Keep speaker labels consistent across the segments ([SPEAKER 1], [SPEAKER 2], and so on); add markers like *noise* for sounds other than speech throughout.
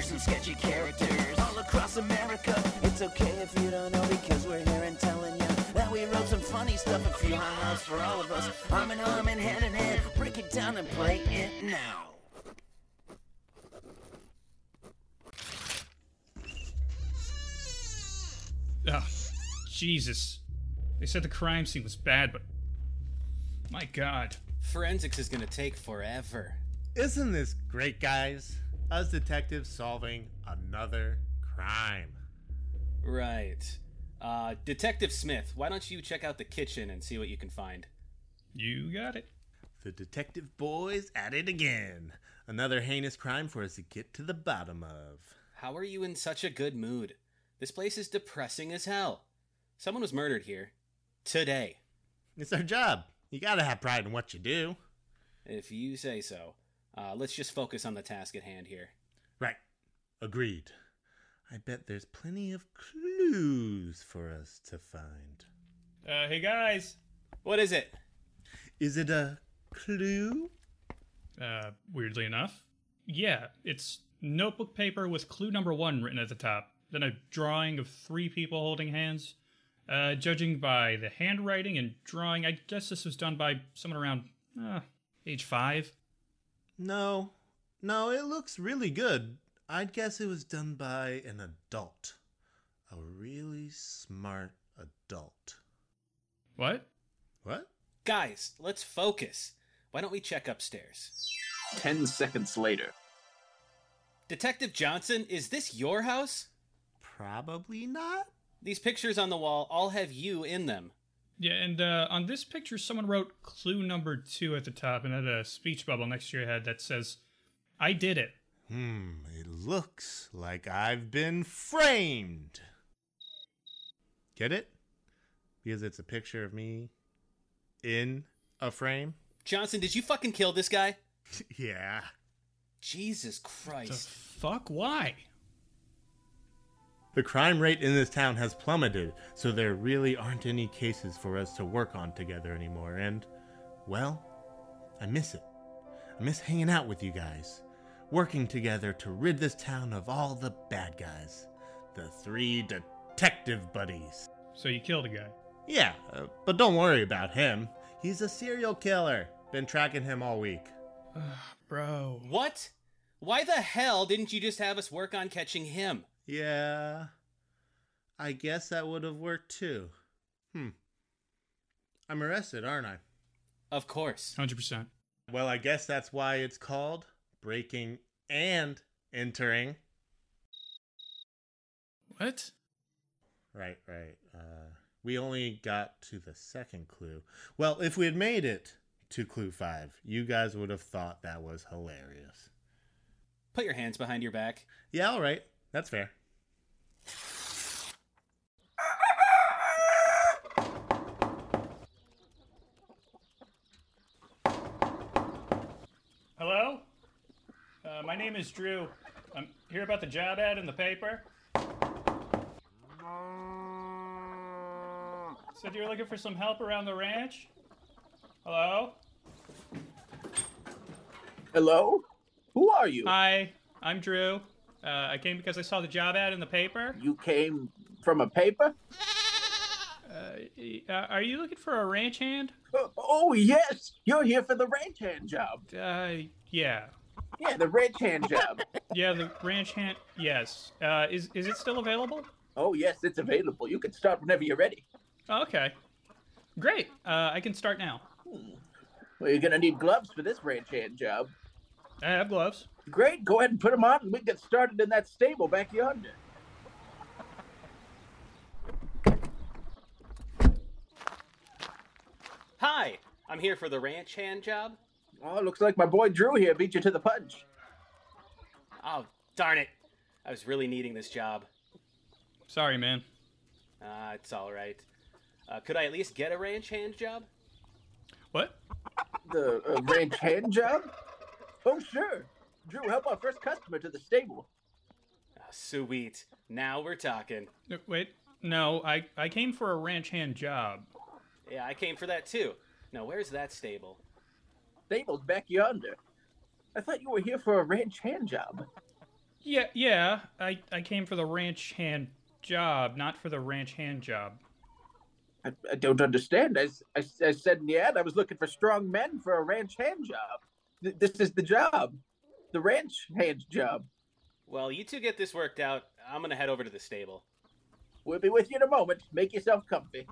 [SPEAKER 1] sketchy characters all across America. It's okay if you don't know because we're here and telling you that we wrote some funny stuff, a few highlights for all of us. Arm in arm and hand in hand, break it down and play it now.
[SPEAKER 2] Ugh, Jesus. They said the crime scene was bad, but. My god.
[SPEAKER 3] Forensics is gonna take forever.
[SPEAKER 4] Isn't this great, guys? Us detectives solving another crime.
[SPEAKER 3] Right. Uh, Detective Smith, why don't you check out the kitchen and see what you can find?
[SPEAKER 2] You got it.
[SPEAKER 4] The detective boys at it again. Another heinous crime for us to get to the bottom of.
[SPEAKER 3] How are you in such a good mood? This place is depressing as hell. Someone was murdered here. Today.
[SPEAKER 4] It's our job. You gotta have pride in what you do.
[SPEAKER 3] If you say so. Uh, let's just focus on the task at hand here.
[SPEAKER 4] Right. Agreed. I bet there's plenty of clues for us to find.
[SPEAKER 2] Uh, hey guys!
[SPEAKER 3] What is it?
[SPEAKER 4] Is it a clue?
[SPEAKER 2] Uh, weirdly enough. Yeah, it's notebook paper with clue number one written at the top, then a drawing of three people holding hands. Uh, judging by the handwriting and drawing, I guess this was done by someone around uh, age five.
[SPEAKER 4] No. No, it looks really good. I'd guess it was done by an adult. A really smart adult.
[SPEAKER 2] What?
[SPEAKER 4] What?
[SPEAKER 3] Guys, let's focus. Why don't we check upstairs?
[SPEAKER 5] Ten seconds later.
[SPEAKER 3] Detective Johnson, is this your house?
[SPEAKER 4] Probably not.
[SPEAKER 3] These pictures on the wall all have you in them.
[SPEAKER 2] Yeah, and uh, on this picture, someone wrote clue number two at the top and had a speech bubble next to your head that says, I did it.
[SPEAKER 4] Hmm, it looks like I've been framed. Get it? Because it's a picture of me in a frame?
[SPEAKER 3] Johnson, did you fucking kill this guy?
[SPEAKER 4] *laughs* yeah.
[SPEAKER 3] Jesus
[SPEAKER 2] The
[SPEAKER 3] Christ.
[SPEAKER 2] fuck? Why?
[SPEAKER 4] The crime rate in this town has plummeted, so there really aren't any cases for us to work on together anymore, and, well, I miss it. I miss hanging out with you guys, working together to rid this town of all the bad guys. The three detective buddies.
[SPEAKER 2] So you killed a guy.
[SPEAKER 4] Yeah, uh, but don't worry about him. He's a serial killer. Been tracking him all week.
[SPEAKER 2] *sighs* Bro.
[SPEAKER 3] What? Why the hell didn't you just have us work on catching him?
[SPEAKER 4] Yeah. I guess that would have worked too. Hmm. I'm arrested, aren't I?
[SPEAKER 3] Of course.
[SPEAKER 2] 100%.
[SPEAKER 4] Well, I guess that's why it's called breaking and entering.
[SPEAKER 2] What?
[SPEAKER 4] Right, right. Uh, we only got to the second clue. Well, if we had made it to clue five, you guys would have thought that was hilarious.
[SPEAKER 3] Put your hands behind your back.
[SPEAKER 4] Yeah, all right. That's fair.
[SPEAKER 2] Hello? Uh, my name is Drew. I'm here about the job ad in the paper. Said you were looking for some help around the ranch? Hello?
[SPEAKER 5] Hello? Who are you?
[SPEAKER 2] Hi, I'm Drew. Uh, I came because I saw the job ad in the paper.
[SPEAKER 5] You came from a paper?
[SPEAKER 2] Uh, are you looking for a ranch hand?
[SPEAKER 5] Oh, yes. You're here for the ranch hand job.
[SPEAKER 2] Uh, yeah.
[SPEAKER 5] Yeah, the ranch hand job.
[SPEAKER 2] Yeah, the ranch hand. Yes. Uh, is is it still available?
[SPEAKER 5] Oh, yes, it's available. You can start whenever you're ready.
[SPEAKER 2] Oh, Okay. Great. Uh, I can start now.
[SPEAKER 5] Well, you're going to need gloves for this ranch hand job.
[SPEAKER 2] I have gloves.
[SPEAKER 5] Great. Go ahead and put them on, and we can get started in that stable back yonder.
[SPEAKER 3] Hi, I'm here for the ranch hand job.
[SPEAKER 5] Oh, looks like my boy Drew here beat you to the punch.
[SPEAKER 3] Oh, darn it. I was really needing this job.
[SPEAKER 2] Sorry, man.
[SPEAKER 3] Ah, it's all right. Uh, could I at least get a ranch hand job?
[SPEAKER 2] What?
[SPEAKER 5] The uh, ranch hand job? Oh, sure. Drew, help our first customer to the stable.
[SPEAKER 3] Ah, sweet. Now we're talking.
[SPEAKER 2] No, Uh, Wait. No, I I came for a ranch hand job.
[SPEAKER 3] Yeah, I came for that too. Now, where's that stable?
[SPEAKER 5] Stable's back yonder. I thought you were here for a ranch hand job.
[SPEAKER 2] Yeah, yeah. I, I came for the ranch hand job, not for the ranch hand job.
[SPEAKER 5] I, I don't understand. I, s- I s- I said in the ad I was looking for strong men for a ranch hand job. Th- this is the job, the ranch hand job.
[SPEAKER 3] Well, you two get this worked out. I'm gonna head over to the stable.
[SPEAKER 5] We'll be with you in a moment. Make yourself comfy.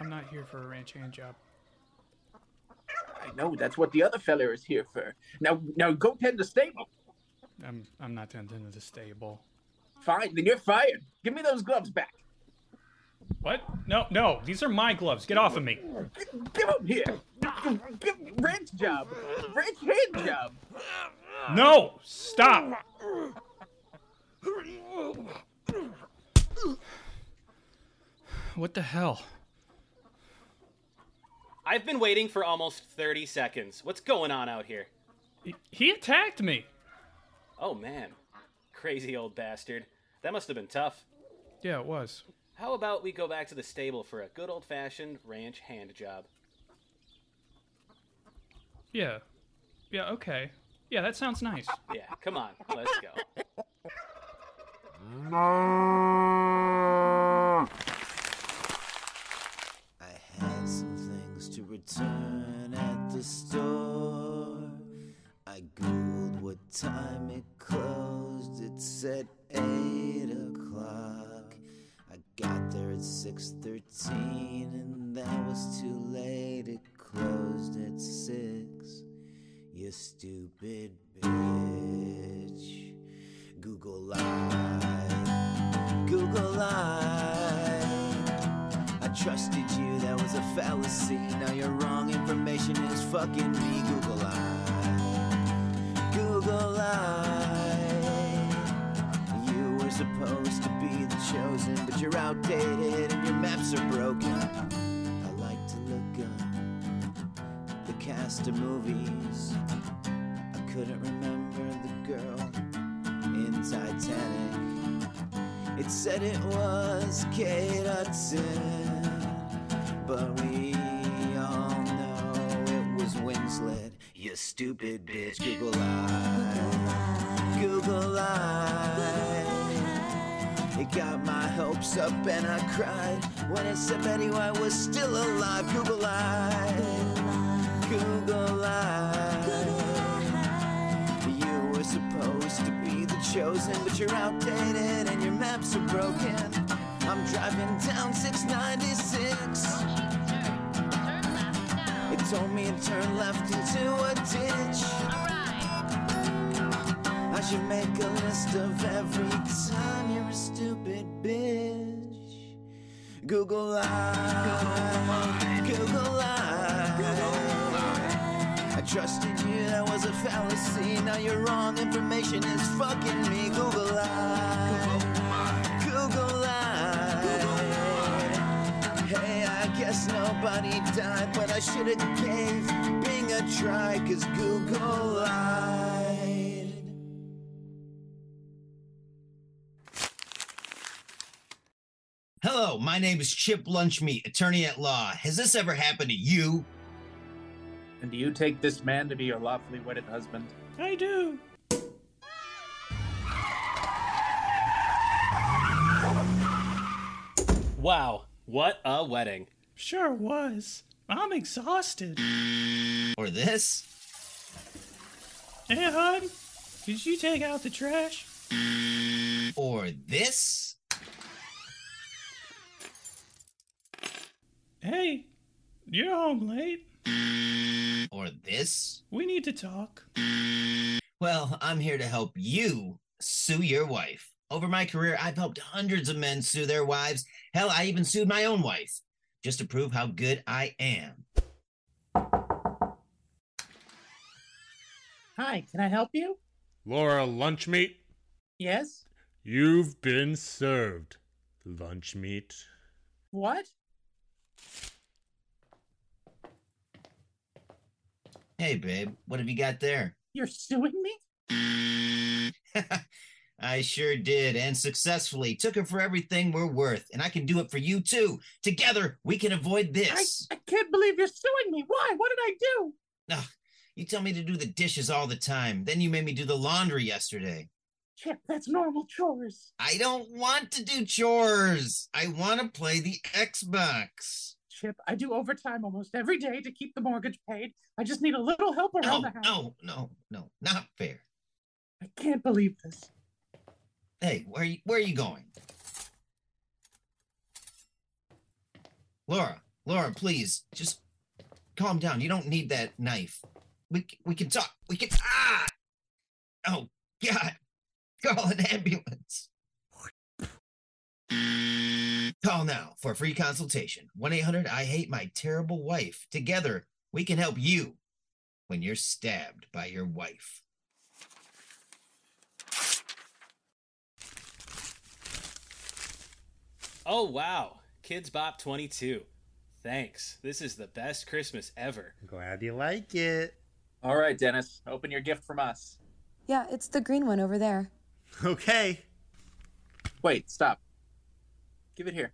[SPEAKER 2] I'm not here for a ranch hand job.
[SPEAKER 5] I know that's what the other fella is here for. Now, now go tend the stable.
[SPEAKER 2] I'm I'm not tending to the stable.
[SPEAKER 5] Fine, then you're fired. Give me those gloves back.
[SPEAKER 2] What? No, no. These are my gloves. Get off of me.
[SPEAKER 5] G- Give them here. Give ranch job, ranch hand job.
[SPEAKER 2] No! Stop! What the hell?
[SPEAKER 3] I've been waiting for almost 30 seconds. What's going on out here?
[SPEAKER 2] He- He attacked me.
[SPEAKER 3] Oh man, crazy old bastard. That must have been tough.
[SPEAKER 2] Yeah, it was.
[SPEAKER 3] How about we go back to the stable for a good old fashioned ranch hand job?
[SPEAKER 2] Yeah. Yeah, okay. Yeah, that sounds nice.
[SPEAKER 3] Yeah, come on, let's go.
[SPEAKER 1] I had some things to return at the store. I googled what time it closed. It said eight o'clock. I got there at six thirteen, and that was too late. It closed at six. You stupid bitch. Google lied. Google lied. I trusted you, that was a fallacy. Now your wrong information is fucking me. Google I. Google I. You were supposed to be the chosen, but you're outdated and your maps are broken. I like to look up the cast of movies. I couldn't remember the girl in Titanic. It said it was Kate Hudson, but we all know it was Winslet. You stupid bitch, Google Eye. Google Eye. It got my hopes up and I cried when it said Betty White was still alive. Google Eye. Google Eye. You were supposed to be the chosen, but you're outdated and your maps are broken. I'm driving down 696. It told me to turn left into a ditch. I should make a list of every time you're a stupid bitch. Google Eye, Google Eye. I trusted you, that was a fallacy. Now your wrong information is fucking me. Google I. Google I. Hey, I guess nobody died, but I should have gave Bing a try, cause Google lied.
[SPEAKER 6] Hello, my name is Chip Lunchmeat, attorney at law. Has this ever happened to you?
[SPEAKER 5] And do you take this man to be your lawfully wedded husband?
[SPEAKER 2] I do.
[SPEAKER 3] Wow, what a wedding.
[SPEAKER 2] Sure was. I'm exhausted.
[SPEAKER 6] Or this?
[SPEAKER 2] Hey, hon, did you take out the trash?
[SPEAKER 6] Or this?
[SPEAKER 2] Hey, you're home late.
[SPEAKER 6] Or this?
[SPEAKER 2] We need to talk.
[SPEAKER 6] Well, I'm here to help you sue your wife. Over my career, I've helped hundreds of men sue their wives. Hell, I even sued my own wife just to prove how good I am.
[SPEAKER 5] Hi, can I help you?
[SPEAKER 4] Laura Lunchmeat,
[SPEAKER 5] Yes.
[SPEAKER 4] you've been served. Lunchmeat.
[SPEAKER 5] What?
[SPEAKER 6] Hey, babe, what have you got there?
[SPEAKER 5] You're suing me?
[SPEAKER 6] I sure did, and successfully took her for everything we're worth, and I can do it for you too. Together, we can avoid this.
[SPEAKER 5] I, I can't believe you're suing me. Why? What did I do?
[SPEAKER 6] You tell me to do the dishes all the time. Then you made me do the laundry yesterday.
[SPEAKER 5] Chip, that's normal chores.
[SPEAKER 6] I don't want to do chores. I want to play the Xbox.
[SPEAKER 5] Chip, I do overtime almost every day to keep the mortgage paid. I just need a little help around *laughs*
[SPEAKER 6] No,
[SPEAKER 5] the house.
[SPEAKER 6] no, no, no. Not fair.
[SPEAKER 5] I can't believe this.
[SPEAKER 6] Hey, where you, where are you going? Laura, Laura, please, just calm down. You don't need that knife. We c- we can talk. We can ah. Oh God! Call an ambulance. Call now for a free consultation. 1 800 I Hate My Terrible Wife. Together, we can help you when you're stabbed by your wife.
[SPEAKER 3] Oh, wow. Kids Bop 22. Thanks. This is the best Christmas ever.
[SPEAKER 4] Glad you like it. *laughs*
[SPEAKER 5] All right, Dennis, open your gift from us.
[SPEAKER 7] Yeah, it's the green one over there.
[SPEAKER 4] Okay.
[SPEAKER 5] Wait, stop. Give it here.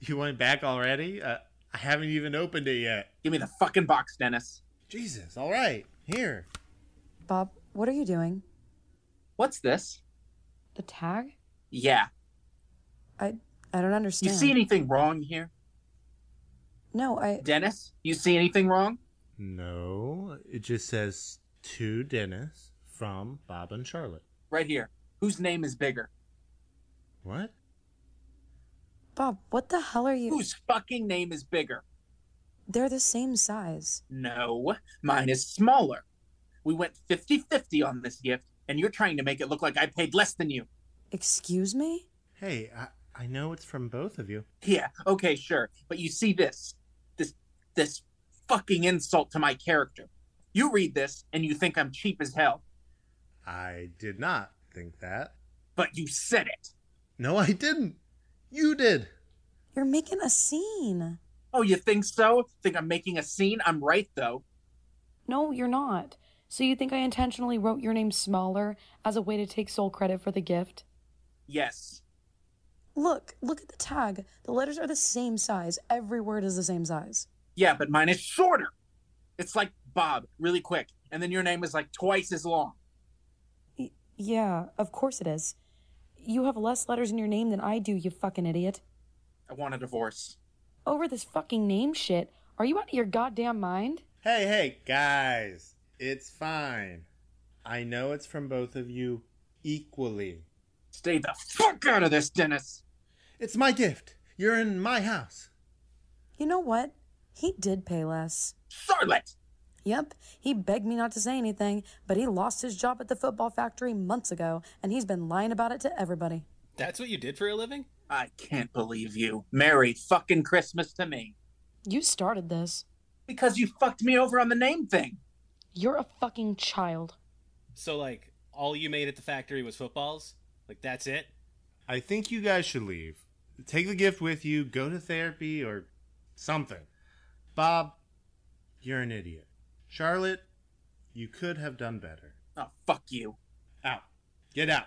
[SPEAKER 4] You went back already? Uh, I haven't even opened it yet.
[SPEAKER 5] Give me the fucking box, Dennis.
[SPEAKER 4] Jesus. All right. Here.
[SPEAKER 7] Bob, what are you doing?
[SPEAKER 5] What's this?
[SPEAKER 7] The tag?
[SPEAKER 5] Yeah.
[SPEAKER 7] I I don't
[SPEAKER 5] You
[SPEAKER 7] understand.
[SPEAKER 5] see anything wrong here?
[SPEAKER 7] No, I
[SPEAKER 5] Dennis, you see anything wrong?
[SPEAKER 4] No, it just says to Dennis from Bob and Charlotte.
[SPEAKER 5] Right here. Whose name is bigger?
[SPEAKER 4] What?
[SPEAKER 7] Bob, what the hell are you?
[SPEAKER 5] Whose fucking name is bigger?
[SPEAKER 7] They're the same size.
[SPEAKER 5] No, mine is smaller. We went 50 50 on this gift, and you're trying to make it look like I paid less than you.
[SPEAKER 7] Excuse me?
[SPEAKER 4] Hey, I, I know it's from both of you.
[SPEAKER 5] Yeah, okay, sure. But you see this. This this fucking insult to my character. You read this and you think I'm cheap as hell,
[SPEAKER 4] I did not think that.
[SPEAKER 5] but you said it.
[SPEAKER 4] No, I didn't. You did.
[SPEAKER 7] You're making a scene.
[SPEAKER 5] Oh, you think so? Think I'm making a scene? I'm right though.
[SPEAKER 8] No, you're not. So you think I intentionally wrote your name smaller as a way to take sole credit for the gift?
[SPEAKER 5] Yes.
[SPEAKER 7] Look, look at the tag. The letters are the same size. Every word is the same size.
[SPEAKER 5] Yeah, but mine is shorter. It's like Bob, really quick, and then your name is like twice as long.
[SPEAKER 7] Y- yeah, of course it is. You have less letters in your name than I do, you fucking idiot.
[SPEAKER 5] I want a divorce.
[SPEAKER 8] Over this fucking name shit, are you out of your goddamn mind?
[SPEAKER 4] Hey, hey, guys. It's fine. I know it's from both of you equally.
[SPEAKER 5] Stay the fuck out of this, Dennis.
[SPEAKER 4] It's my gift. You're in my house.
[SPEAKER 7] You know what? He did pay less.
[SPEAKER 5] Charlotte.
[SPEAKER 7] Yep, he begged me not to say anything, but he lost his job at the football factory months ago, and he's been lying about it to everybody.
[SPEAKER 3] That's what you did for a living?
[SPEAKER 5] I can't believe you. Merry fucking Christmas to me.
[SPEAKER 8] You started this.
[SPEAKER 5] Because you fucked me over on the name thing.
[SPEAKER 8] You're a fucking child.
[SPEAKER 3] So, like, all you made at the factory was footballs? Like, that's it?
[SPEAKER 4] I think you guys should leave. Take the gift with you, go to therapy or something. Bob, you're an idiot. Charlotte, you could have done better.
[SPEAKER 5] Oh, fuck you.
[SPEAKER 4] Out. Get out.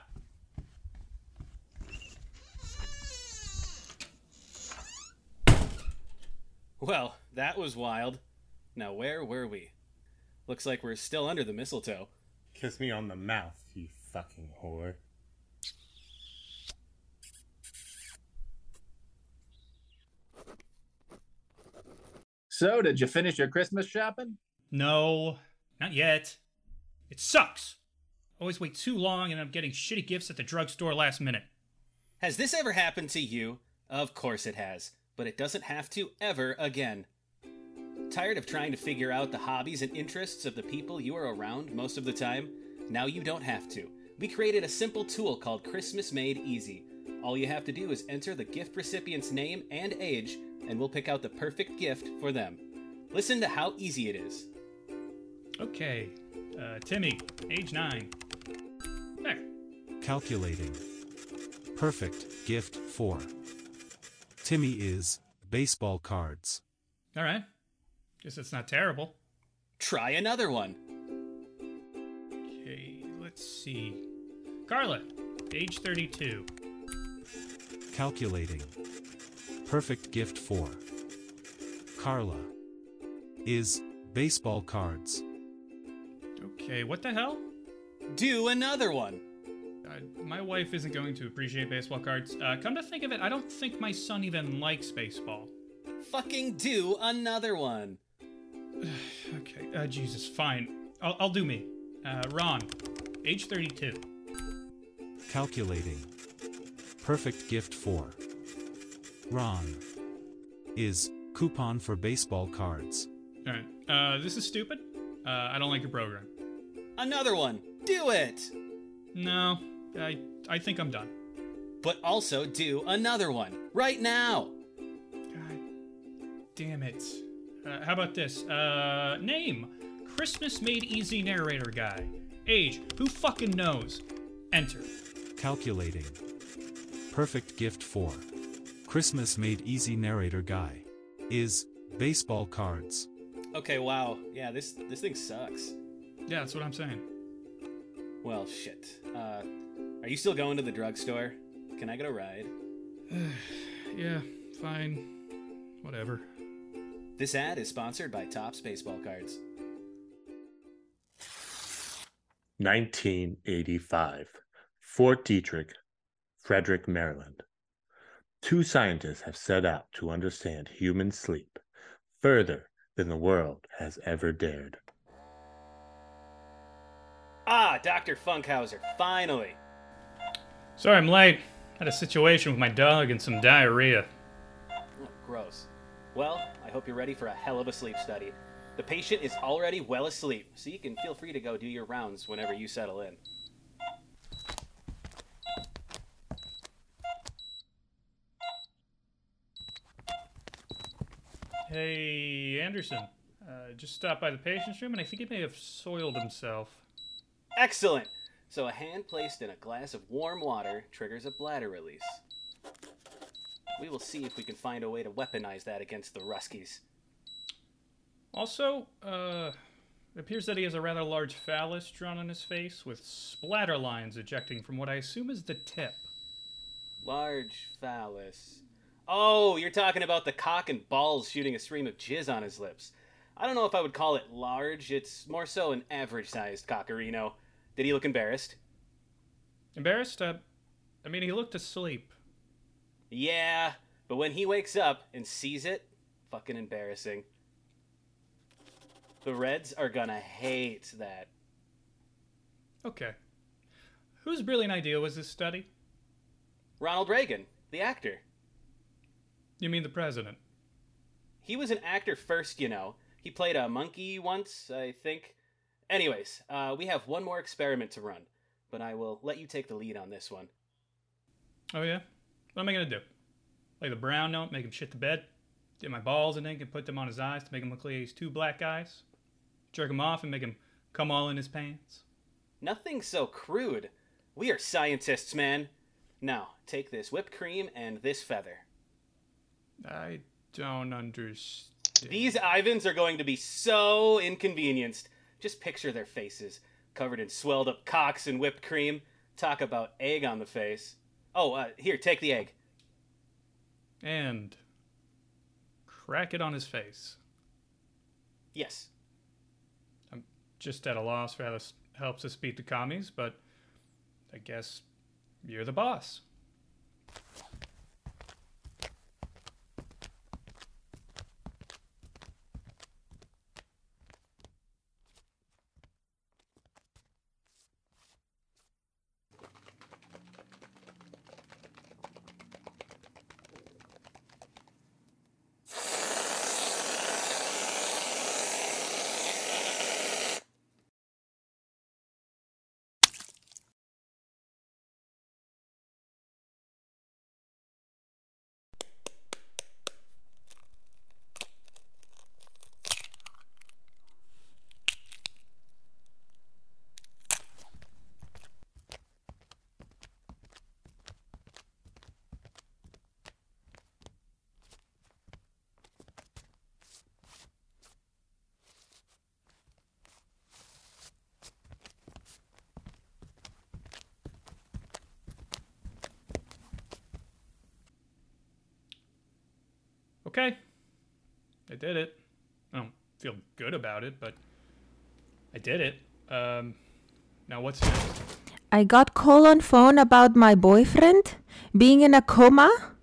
[SPEAKER 3] Well, that was wild. Now, where were we? Looks like we're still under the mistletoe.
[SPEAKER 4] Kiss me on the mouth, you fucking whore.
[SPEAKER 5] So, did you finish your Christmas shopping?
[SPEAKER 2] No, not yet. It sucks. Always wait too long and I'm getting shitty gifts at the drugstore last minute.
[SPEAKER 3] Has this ever happened to you? Of course it has, but it doesn't have to ever again. Tired of trying to figure out the hobbies and interests of the people you are around most of the time? Now you don't have to. We created a simple tool called Christmas Made Easy. All you have to do is enter the gift recipient's name and age, and we'll pick out the perfect gift for them. Listen to how easy it is.
[SPEAKER 2] Okay, uh, Timmy, age nine. There.
[SPEAKER 9] Calculating. Perfect gift for Timmy is baseball cards.
[SPEAKER 2] All right. Guess that's not terrible.
[SPEAKER 3] Try another one.
[SPEAKER 2] Okay, let's see. Carla, age 32.
[SPEAKER 9] Calculating. Perfect gift for Carla is baseball cards.
[SPEAKER 2] Okay, what the hell?
[SPEAKER 3] Do another one.
[SPEAKER 2] Uh, my wife isn't going to appreciate baseball cards. Uh, come to think of it, I don't think my son even likes baseball.
[SPEAKER 3] Fucking do another one.
[SPEAKER 2] Okay, uh, Jesus, fine. I'll, I'll do me. Uh, Ron, age 32.
[SPEAKER 9] Calculating. Perfect gift for Ron is coupon for baseball cards.
[SPEAKER 2] Alright, uh, this is stupid. Uh, I don't like your program.
[SPEAKER 3] Another one. Do it.
[SPEAKER 2] No, I, I think I'm done.
[SPEAKER 3] But also do another one right now.
[SPEAKER 2] God damn it. Uh, how about this? Uh, name Christmas Made Easy narrator guy. Age, who fucking knows? Enter.
[SPEAKER 9] Calculating. Perfect gift for Christmas made easy narrator guy is baseball cards.
[SPEAKER 3] Okay, wow. Yeah, this this thing sucks.
[SPEAKER 2] Yeah, that's what I'm saying.
[SPEAKER 3] Well, shit. Uh, are you still going to the drugstore? Can I get a ride?
[SPEAKER 2] Yeah, fine. Whatever.
[SPEAKER 3] This ad is sponsored by Topps Baseball Cards.
[SPEAKER 4] 1985. Fort Detrick, Frederick, Maryland. Two scientists have set out to understand human sleep further than the world has ever dared.
[SPEAKER 3] Ah, Dr. Funkhauser, finally.
[SPEAKER 2] Sorry I'm late. Had a situation with my dog and some diarrhea.
[SPEAKER 3] Oh, gross. Well, I hope you're ready for a hell of a sleep study. The patient is already well asleep, so you can feel free to go do your rounds whenever you settle in.
[SPEAKER 2] Hey, Anderson. Uh, just stopped by the patient's room, and I think he may have soiled himself.
[SPEAKER 3] Excellent! So, a hand placed in a glass of warm water triggers a bladder release. We will see if we can find a way to weaponize that against the Ruskies.
[SPEAKER 2] Also, uh, it appears that he has a rather large phallus drawn on his face, with splatter lines ejecting from what I assume is the tip.
[SPEAKER 3] Large phallus. Oh, you're talking about the cock and balls shooting a stream of jizz on his lips. I don't know if I would call it large, it's more so an average sized cockerino. Did he look embarrassed?
[SPEAKER 2] Embarrassed? Uh, I mean, he looked asleep.
[SPEAKER 3] Yeah, but when he wakes up and sees it, fucking embarrassing. The Reds are gonna hate that.
[SPEAKER 2] Okay. Whose brilliant idea was this study?
[SPEAKER 3] Ronald Reagan, the actor.
[SPEAKER 2] You mean the president?
[SPEAKER 3] He was an actor first, you know. He played a monkey once, I think. Anyways, uh, we have one more experiment to run, but I will let you take the lead on this one.
[SPEAKER 2] Oh, yeah? What am I gonna do? Play the brown note, make him shit the bed? Get my balls in ink and put them on his eyes to make him look like he's two black eyes? Jerk him off and make him come all in his pants?
[SPEAKER 3] Nothing so crude. We are scientists, man. Now, take this whipped cream and this feather.
[SPEAKER 2] I don't understand.
[SPEAKER 3] These Ivans are going to be so inconvenienced. Just picture their faces, covered in swelled up cocks and whipped cream. Talk about egg on the face. Oh, uh, here, take the egg.
[SPEAKER 2] And crack it on his face.
[SPEAKER 3] Yes.
[SPEAKER 2] I'm just at a loss for how this helps us beat the commies, but I guess you're the boss. Okay. I did it. I don't feel good about it, but I did it. Um, now what's next?
[SPEAKER 10] I got call on phone about my boyfriend being in a coma.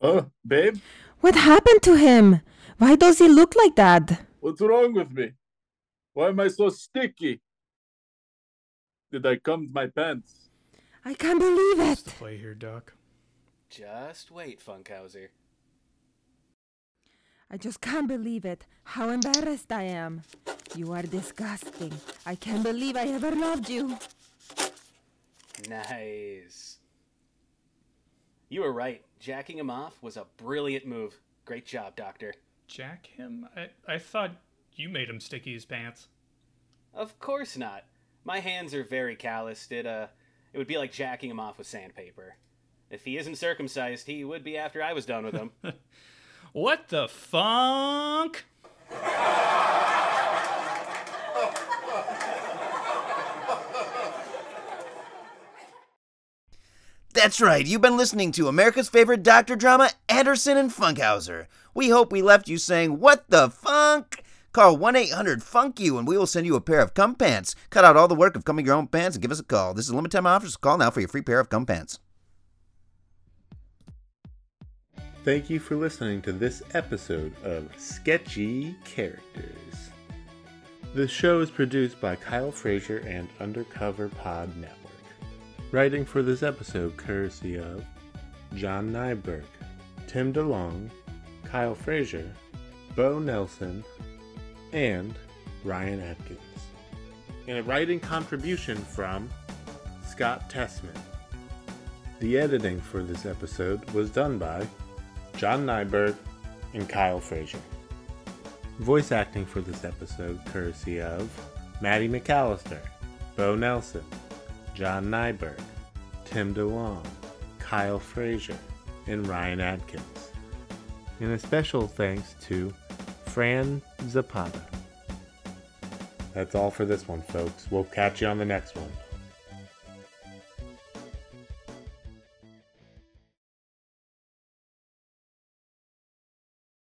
[SPEAKER 5] Oh, babe,
[SPEAKER 10] What happened to him? Why does he look like that?
[SPEAKER 5] what's wrong with me? Why am I so sticky? Did I come to my pants?
[SPEAKER 10] I can't believe
[SPEAKER 2] What's
[SPEAKER 10] it.
[SPEAKER 2] the play here, Doc?
[SPEAKER 3] Just wait, Funkhauser.
[SPEAKER 10] I just can't believe it. How embarrassed I am. You are disgusting. I can't believe I ever loved you.
[SPEAKER 3] Nice. You were right. Jacking him off was a brilliant move. Great job, Doctor.
[SPEAKER 2] Jack him? I, I thought you made him sticky his pants.
[SPEAKER 3] Of course not. My hands are very calloused. It uh, it would be like jacking him off with sandpaper. If he isn't circumcised, he would be after I was done with him.
[SPEAKER 2] What the funk?
[SPEAKER 1] That's right, you've been listening to America's favorite doctor drama, Anderson and Funkhauser. We hope we left you saying, What the funk? Call 1 800 Funk You and we will send you a pair of cum pants. Cut out all the work of coming your own pants and give us a call. This is a limited time offer, so call now for your free pair of cum pants.
[SPEAKER 4] Thank you for listening to this episode of Sketchy Characters. The show is produced by Kyle Frazier and Undercover Pod Network. Writing for this episode courtesy of John Nyberg, Tim DeLong, Kyle Frazier, Bo Nelson, and Ryan Atkins. And a writing contribution from Scott Tessman. The editing for this episode was done by John Nyberg, and Kyle Frazier. Voice acting for this episode courtesy of Maddie McAllister, Bo Nelson, John Nyberg, Tim DeLong, Kyle Frazier, and Ryan Adkins. And a special thanks to Fran Zapata. That's all for this one, folks. We'll catch you on the next one.